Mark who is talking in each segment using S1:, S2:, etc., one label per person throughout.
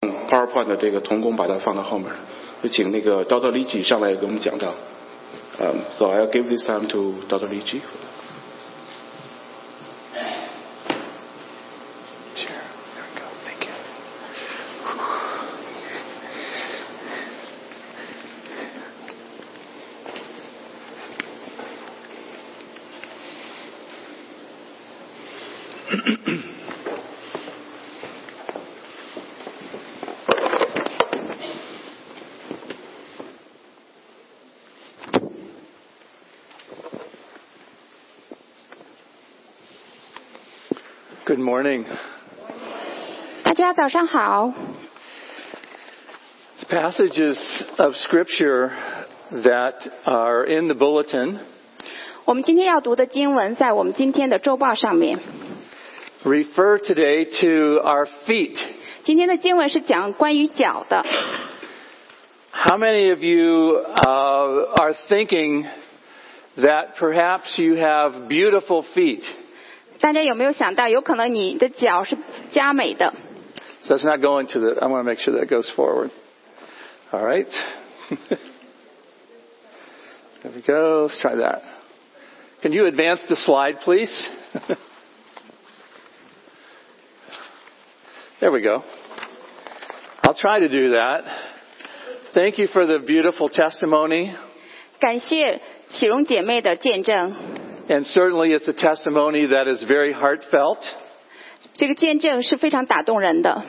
S1: 嗯 PowerPoint 的这个童工把它放到后面，就请那个 Dr. l i c i 上来给我们讲到。Um, so I'll give this time to Dr. l i c i Chair, there we go. Thank you.
S2: Good morning.
S3: 大家早上好。
S2: The passages of Scripture that are in the bulletin
S3: 我们今天要读的经文在我们今天的周报上面。
S2: refer today to our feet.
S3: 今天的经文是讲关于脚的。
S2: How many of you uh, are thinking that perhaps you have beautiful feet?
S3: 大家有没有想到，有可能你的脚是佳美的？
S2: So that's not going to the. I want to make sure that goes forward. All right. there we go. Let's try that. Can you advance the slide, please? there we go. I'll try to do that. Thank you for the beautiful testimony.
S3: 感谢启荣姐妹的见证，
S2: And certainly it's a testimony that is very heartfelt.
S3: 这个见证是非常打动人的。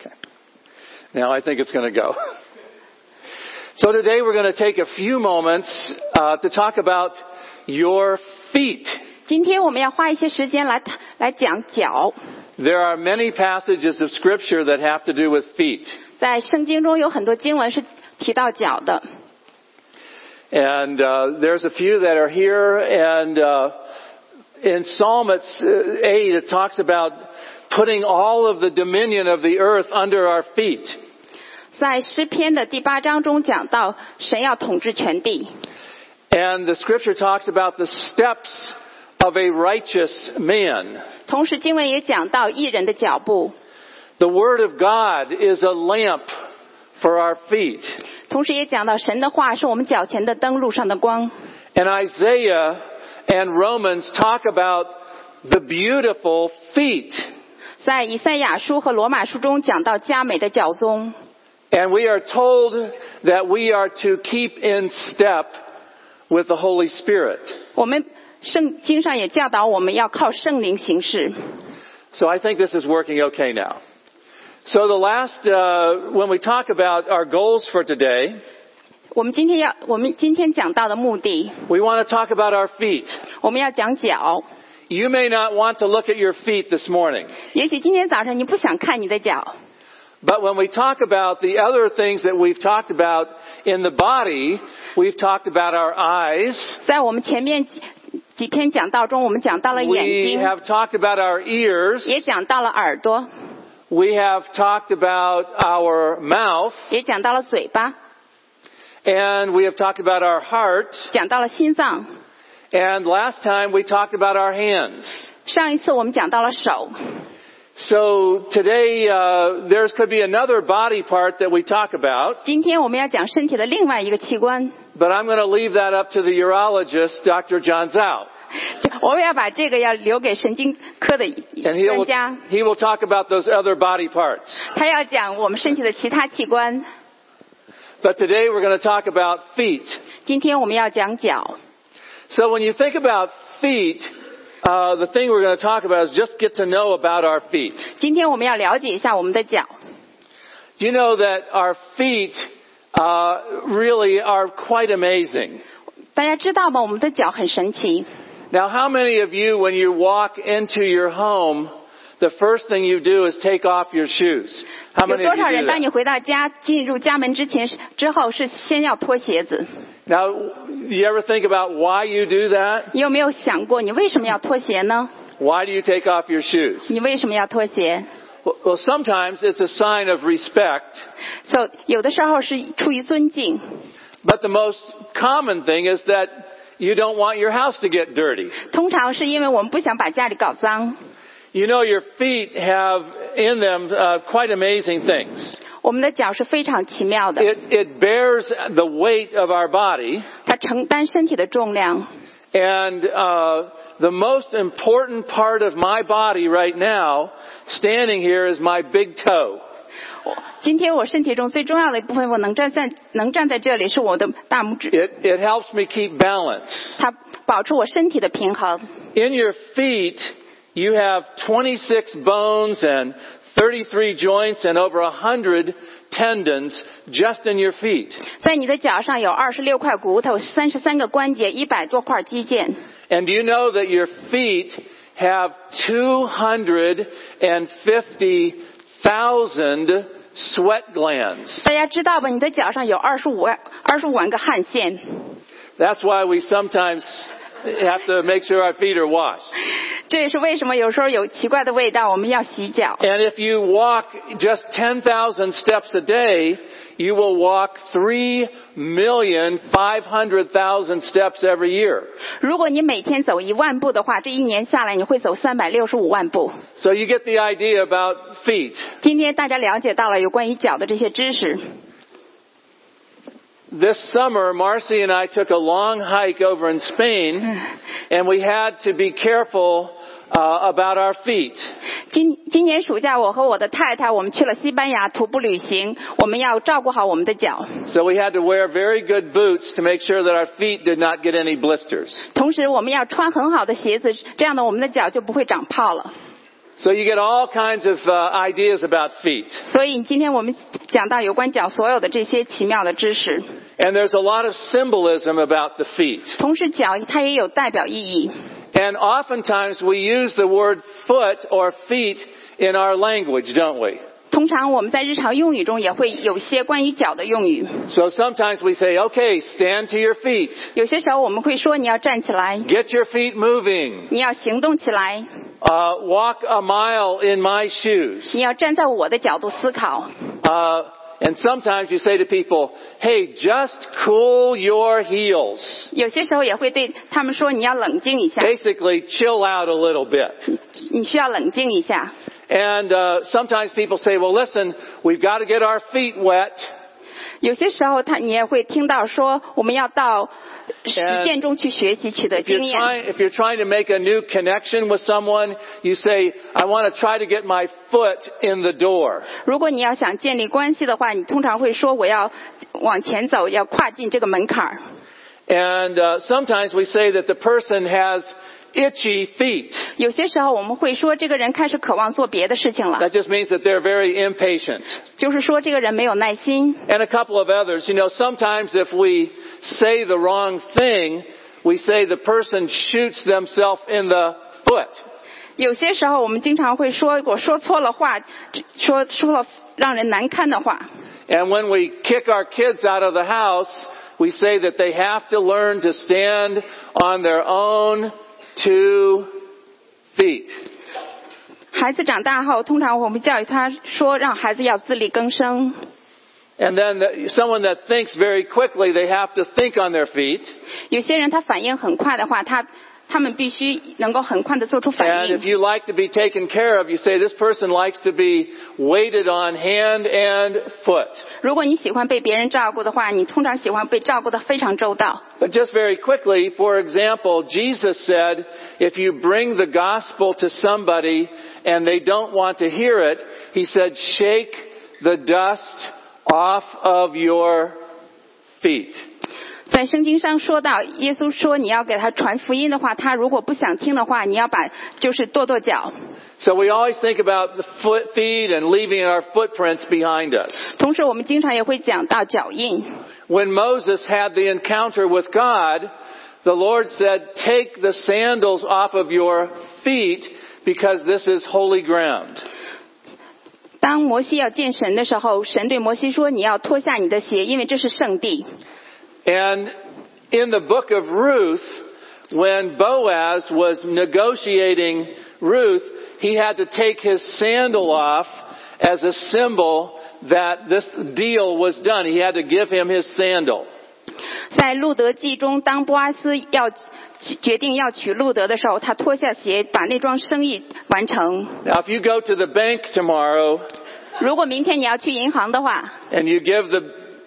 S2: Okay. Now I think it's going to go. So today we're going to take a few moments uh, to talk about your feet.
S3: 今天我们要花一些时间来谈来讲脚，
S2: There are many passages of scripture that have to do with feet.
S3: 在圣经中有很多经文是提到脚的，
S2: And uh, there's a few that are here. And uh, in Psalm it's, uh, 8, it talks about putting all of the dominion of the earth under our feet.
S3: 在诗篇的第八章中讲到神要统治全地，
S2: And the scripture talks about the steps of a righteous man.
S3: 同时经文也讲到一人的脚步，
S2: The Word of God is a lamp for our feet.
S3: 同时也讲到神的话是我们脚前的灯，路上的光。
S2: And Isaiah and Romans talk about the beautiful feet.
S3: 在以赛亚书和罗马书中讲到佳美的脚踪，
S2: And we are told that we are to keep in step with the Holy Spirit.
S3: 我们圣经上也教导我们要靠圣灵行事。
S2: So I think this is working okay now. So the last, uh, when we talk about our goals for today,
S3: 我们今天要，我们今天讲到的目的，
S2: we want to talk about our feet.
S3: 我们要讲脚。
S2: You may not want to look at your feet this morning.
S3: 也许今天早上你不想看你的脚，
S2: But when we talk about the other things that we've talked about in the body, we've talked about our eyes,
S3: 在我们前面几几篇讲道中，我们讲到了眼
S2: we
S3: 睛，
S2: have talked about our ears,
S3: 也讲到了耳朵，
S2: we have talked about our mouth,
S3: 也讲到了嘴巴，
S2: and we have talked about our heart,
S3: 讲到了心脏。
S2: and last time we talked about our hands.
S3: 上一次我们讲到了手，
S2: So today, uh, there could be another body part that we talk about,
S3: 今天我们要讲身体的另外一个器官。
S2: but I'm going to leave that up to the urologist, Dr. John Zhao.
S3: 我们要把这个要留给神经科的
S2: And he
S3: 专
S2: will,
S3: 家，
S2: he will talk about those other body parts.
S3: 他要讲我们身体的其他器官。
S2: But today we're going to talk about feet.
S3: 今天我们要讲脚，
S2: So when you think about feet, uh, the thing we're going to talk about is just get to know about our feet.
S3: 今天我们要了解一下我们的脚。
S2: Do you know that our feet uh, really are quite amazing?
S3: 大家知道吗？我们的脚很神奇。
S2: Now, how many of you, when you walk into your home, the first thing you do is take off your shoes? How
S3: 有
S2: many of
S3: 多
S2: you
S3: 少
S2: do
S3: 人当
S2: that?
S3: 你回到家进入家门之前是之后是先要脱鞋子？
S2: Now, you ever think about why you do that?
S3: 你有没有想过你为什么要脱鞋呢？
S2: Why do you take off your shoes?
S3: 你为什么要脱鞋？
S2: Well- Well, sometimes it's a sign of respect.
S3: 所、so, 有的时候是出于尊敬，
S2: But the most common thing is that you don't want your house to get dirty.
S3: 通常是因为我们不想把家里搞脏。
S2: You know, your feet have in them uh, quite amazing things.
S3: 我们的脚是非常奇妙的，
S2: It, it bears the weight of our body,
S3: 它承担身体的重量。
S2: and uh, the most important part of my body right now, standing here, is my big toe.
S3: 我今天我身体中最重要的一部分，我能站在能站在这里，是我的大拇指，
S2: It, it helps me keep balance.
S3: 它保持我身体的平衡。
S2: In your feet, you have 26 bones and 33 joints and over 100 tendons just in your feet.
S3: 在你的脚上有二十六块骨头，三十三个关节，一百多块肌腱。
S2: And do you know that your feet have 250,000 sweat glands?
S3: 大家知道吧？你的脚上有二十五万二十五万个汗腺，
S2: That's why we sometimes have to make sure our feet are washed.
S3: 这也是为什么有时候有奇怪的味道，我们要洗脚。
S2: And if you walk just 10,000 steps a day, you will walk 3,500,000 steps every year.
S3: 如果你每天走一万步的话，这一年下来你会走三百六十五万步。
S2: So you get the idea about feet.
S3: 今天大家了解到了有关于脚的这些知识。
S2: This summer, Marcy and I took a long hike over in Spain, and we had to be careful uh, about our feet.
S3: 今今年暑假，我和我的太太我们去了西班牙徒步旅行，我们要照顾好我们的脚，
S2: So we had to wear very good boots to make sure that our feet did not get any blisters.
S3: 同时我们要穿很好的鞋子，这样呢我们的脚就不会长泡了。
S2: So you get all kinds of uh, ideas about feet.
S3: 所以今天我们讲到有关脚所有的这些奇妙的知识，
S2: And there's a lot of symbolism about the feet.
S3: 同时脚它也有代表意义。
S2: And oftentimes we use the word foot or feet in our language, don't we?
S3: 通常我们在日常用语中也会有些关于脚的用语，
S2: So sometimes we say, okay, stand to your feet.
S3: 有些时候我们会说你要站起来，
S2: Get your feet moving.
S3: 你要行动起来，
S2: Uh, walk a mile in my shoes.
S3: 你要站在我的角度思考。
S2: Uh, and sometimes you say to people, hey, just cool your heels.
S3: 有些时候也会对他们说你要冷静一下，
S2: Basically, chill out a little bit.
S3: 你需要冷静一下。
S2: And uh, sometimes people say, well, listen, we've got to get our feet wet.
S3: 有些时候他你也会听到说我们要到实
S2: And
S3: 践中去学习，取得
S2: If you're,
S3: 经验。
S2: trying, if you're trying to make a new connection with someone, you say, I want to try to get my foot in the door.
S3: 如果你要想建立关系的话，你通常会说我要往前走，要跨进这个门槛儿。
S2: And uh, sometimes we say that the person has itchy feet.
S3: 有些时候我们会说这个人开始渴望做别的事情了，
S2: That just means that they're very impatient.
S3: 就是说这个人没有耐心。
S2: And a couple of others. You know, sometimes if we say the wrong thing, we say the person shoots themselves in the foot.
S3: 有些时候我们经常会说我说错了话，这说说了让人难堪的话。
S2: And when we kick our kids out of the house, we say that they have to learn to stand on their own two feet.
S3: 孩子长大后，通常我们教育他说让孩子要自力更生。
S2: And then the, someone that thinks very quickly, they have to think on their feet.
S3: 有些人他反应很快的话，他他们必须能够很快的做出反
S2: And if
S3: 应。
S2: you like to be taken care of, you say this person likes to be waited on hand and foot.
S3: 如果你喜欢被别人照顾的话，你通常喜欢被照顾的非常周到。
S2: But just very quickly, for example, Jesus said, if you bring the gospel to somebody and they don't want to hear it, he said, shake the dust off of your feet.
S3: 在圣经上说到，耶稣说你要给他传福音的话，他如果不想听的话，你要把就是跺跺脚。
S2: So we always think about the foot, feet and leaving our footprints behind us.
S3: 同时，我们经常也会讲到脚印。
S2: When Moses had the encounter with God, the Lord said, take the sandals off of your feet because this is holy ground.
S3: 当摩西要见神的时候，神对摩西说：“你要脱下你的鞋，因为这是圣地。
S2: And in the book of Ruth, when Boaz was negotiating Ruth, he had to take his sandal off as a symbol that this deal was done. He had to give him his sandal. ”
S3: 在路德记中，当波阿斯要决决定要娶路德的时候，他脱下鞋，把那桩生意完成。
S2: Now, if you go to the bank tomorrow
S3: 如果明天你要去银行的话，
S2: and you give the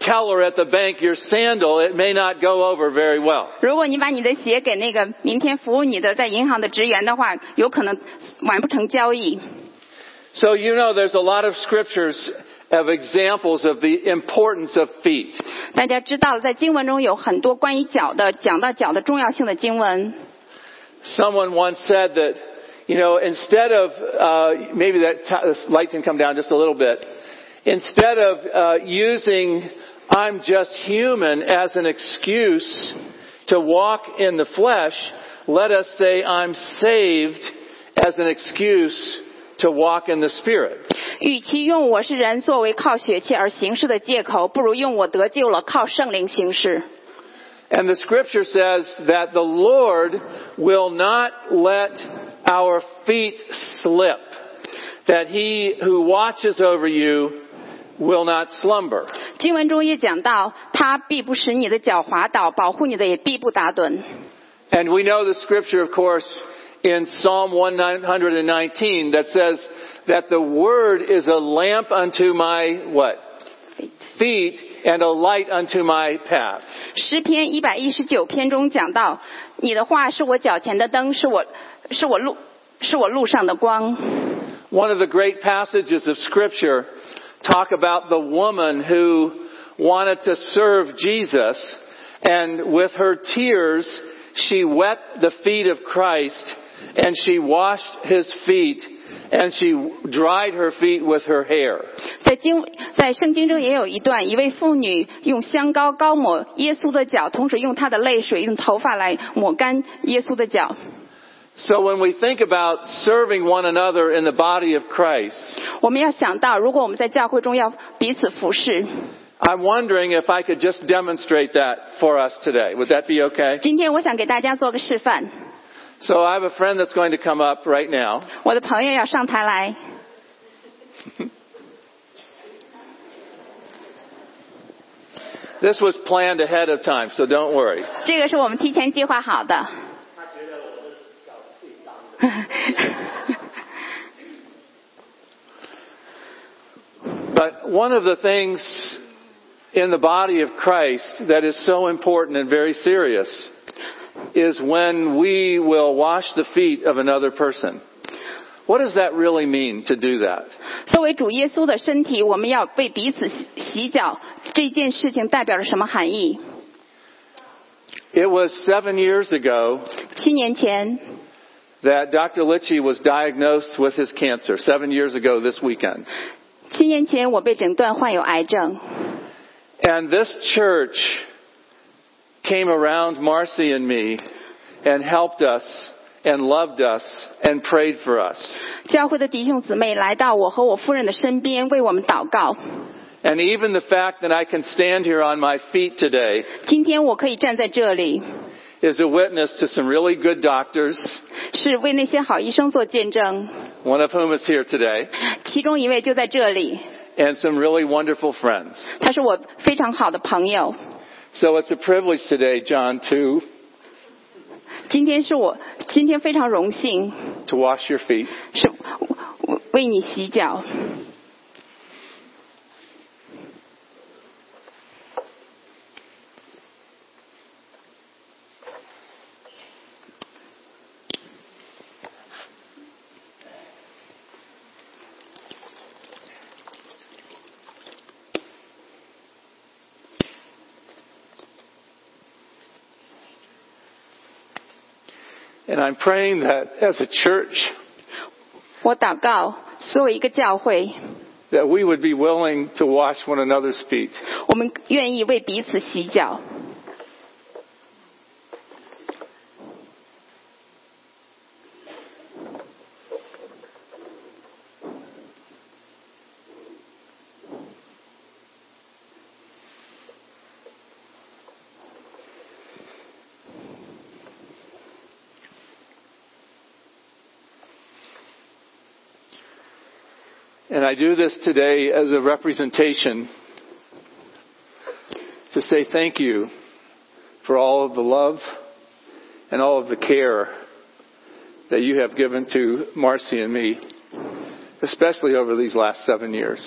S2: teller at the bank your sandal, it may not go over very well.
S3: 如果你把你的鞋给那个明天服务你的在银行的职员的话，有可能完不成交易。
S2: So you know there's a lot of scriptures of examples of the importance of feet.
S3: 大家知道了，在经文中有很多关于脚的讲到脚的重要性的经文。
S2: Someone once said that, you know, instead of, uh, maybe that t- this light can come down just a little bit, instead of uh, using I'm just human as an excuse to walk in the flesh, let us say I'm saved as an excuse to walk in the spirit.
S3: 与其用我是人作为靠血气而行事的借口，不如用我得救了靠圣灵行事。
S2: And the scripture says that the Lord will not let our feet slip, that he who watches over you will not slumber.
S3: 经文中也讲到，他必不使你的脚滑倒，保护你的也必不打盹。
S2: And we know the scripture, of course, in Psalm 119 that says that the word is a lamp unto my what? Feet and a light unto my path.
S3: 诗篇一百一十九篇中讲到，你的话是我脚前的灯，是我是我路是我路上的光。
S2: One of the great passages of scripture talk about the woman who wanted to serve Jesus and with her tears she wet the feet of Christ and she washed his feet and she dried her feet with her hair.
S3: 在经在圣经中也有一段，一位妇女用香膏膏抹耶稣的脚，同时用她的泪水、用头发来抹干耶稣的脚。
S2: So when we think about serving one another in the body of Christ,
S3: 我们要想到，如果我们在教会中要彼此服侍，
S2: I'm wondering if I could just demonstrate that for us today. Would that be okay?
S3: 今天我想给大家做个示范。
S2: So I have a friend that's going to come up right now.
S3: 我的朋友要上台来，
S2: This was planned ahead of time, so don't worry.
S3: 这个是我们提前计划好的。
S2: But one of the things in the body of Christ that is so important and very serious is when we will wash the feet of another person. What does that really mean to do that?
S3: 作为主耶稣的身体，我们要为彼此洗洗脚，这件事情代表着什么含义？
S2: It was seven years ago
S3: 七年前，
S2: that Dr. Litchie was diagnosed with his cancer, seven years ago this weekend.
S3: 七年前我被诊断患有癌症，
S2: And this church came around Marcy and me and helped us and loved us and prayed for us.
S3: 教会的弟兄姊妹来到我和我夫人的身边，为我们祷告。
S2: And even the fact that I can stand here on my feet today
S3: 今天我可以站在这里，
S2: is a witness to some really good doctors,
S3: 是为那些好医生做见证，
S2: one of whom is here today,
S3: 其中一位就在这里，
S2: and some really wonderful friends.
S3: 他是我非常好的朋友。
S2: So it's a privilege today, John, to,
S3: 今天是我今天非常荣幸，
S2: to wash your feet.
S3: 是我我为你洗脚。
S2: And I'm praying that as a church,
S3: 我祷告，作为一个教会，
S2: that we would be willing to wash one another's feet.
S3: 我们愿意为彼此洗脚。
S2: And I do this today as a representation to say thank you for all of the love and all of the care that you have given to Marcy and me, especially over these last seven years.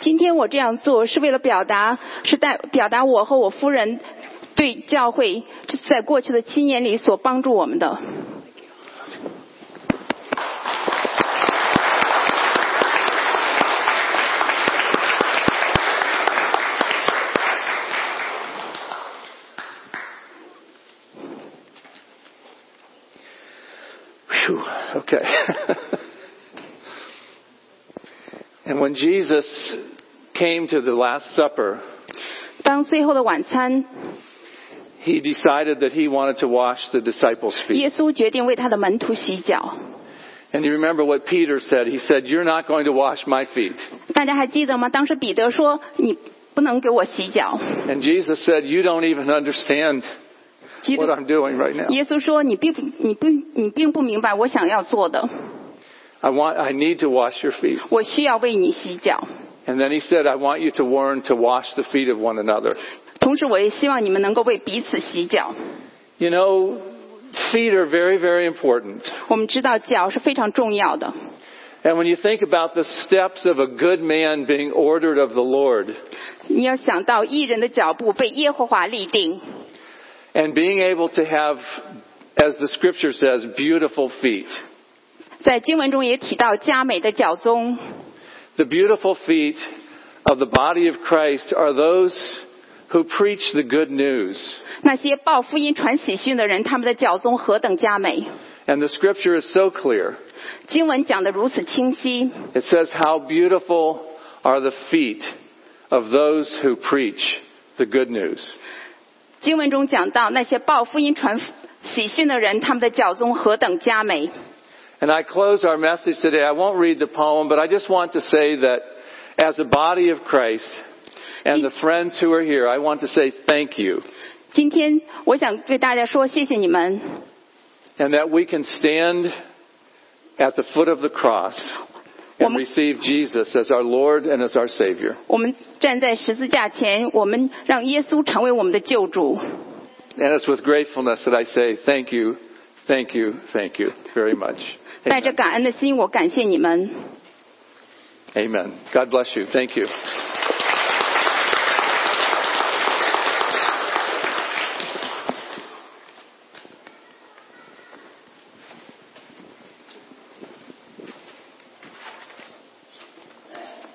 S3: 今天我这样做是为了表达，是代表达我和我夫人对教会在过去的七年里所帮助我们的。
S2: Phew, okay. and when Jesus came to the Last Supper,
S3: 当最后的晚餐，
S2: he decided that he wanted to wash the disciples'
S3: 耶
S2: feet.
S3: 稣决定为他的门徒洗脚。
S2: And you remember what Peter said. He said, You're not going to wash my feet.
S3: 大家还记得吗？当时彼得说：“你不能给我洗脚。
S2: And Jesus said, You don't even understand ”
S3: 基督
S2: what I'm doing right now.
S3: 耶稣说：“你并不，你不，你并不明白我想要做的，
S2: I want, I need to wash your feet.
S3: 我需要为你洗脚。
S2: And then he said, I want you to learn to wash the feet of one another.
S3: 同时，我也希望你们能够为彼此洗脚。
S2: You know, feet are very, very important.
S3: 我们知道脚是非常重要的。
S2: And when you think about the steps of a good man being ordered of the Lord
S3: 你要想到艺人的脚步被耶和华立定，
S2: and being able to have, as the scripture says, beautiful feet.
S3: 在经文中也提到佳美的脚踪。
S2: The beautiful feet of the body of Christ are those who preach the good news.
S3: 那些报福音、传喜讯的人，他们的脚踪何等佳美！
S2: And the scripture is so clear.
S3: 经文讲得如此清晰，
S2: It says, How beautiful are the feet of those who preach the good news.
S3: 经文中讲到那些报福音、传喜讯的人，他们的脚踪何等佳美！
S2: And I close our message today. I won't read the poem, but I just want to say that as a body of Christ and the friends who are here, I want to say thank you.
S3: 今天我想对大家说，谢谢你们，
S2: And that we can stand at the foot of the cross and
S3: Woman-
S2: receive Jesus as our Lord and as our Savior.
S3: 我们站在十字架前，我们让耶稣成为我们的救主。
S2: And it's with gratefulness that I say thank you, thank you, thank you very much.
S3: 带着
S2: Amen.
S3: 感恩的心，我感谢你们。
S2: Amen. God bless you. Thank you.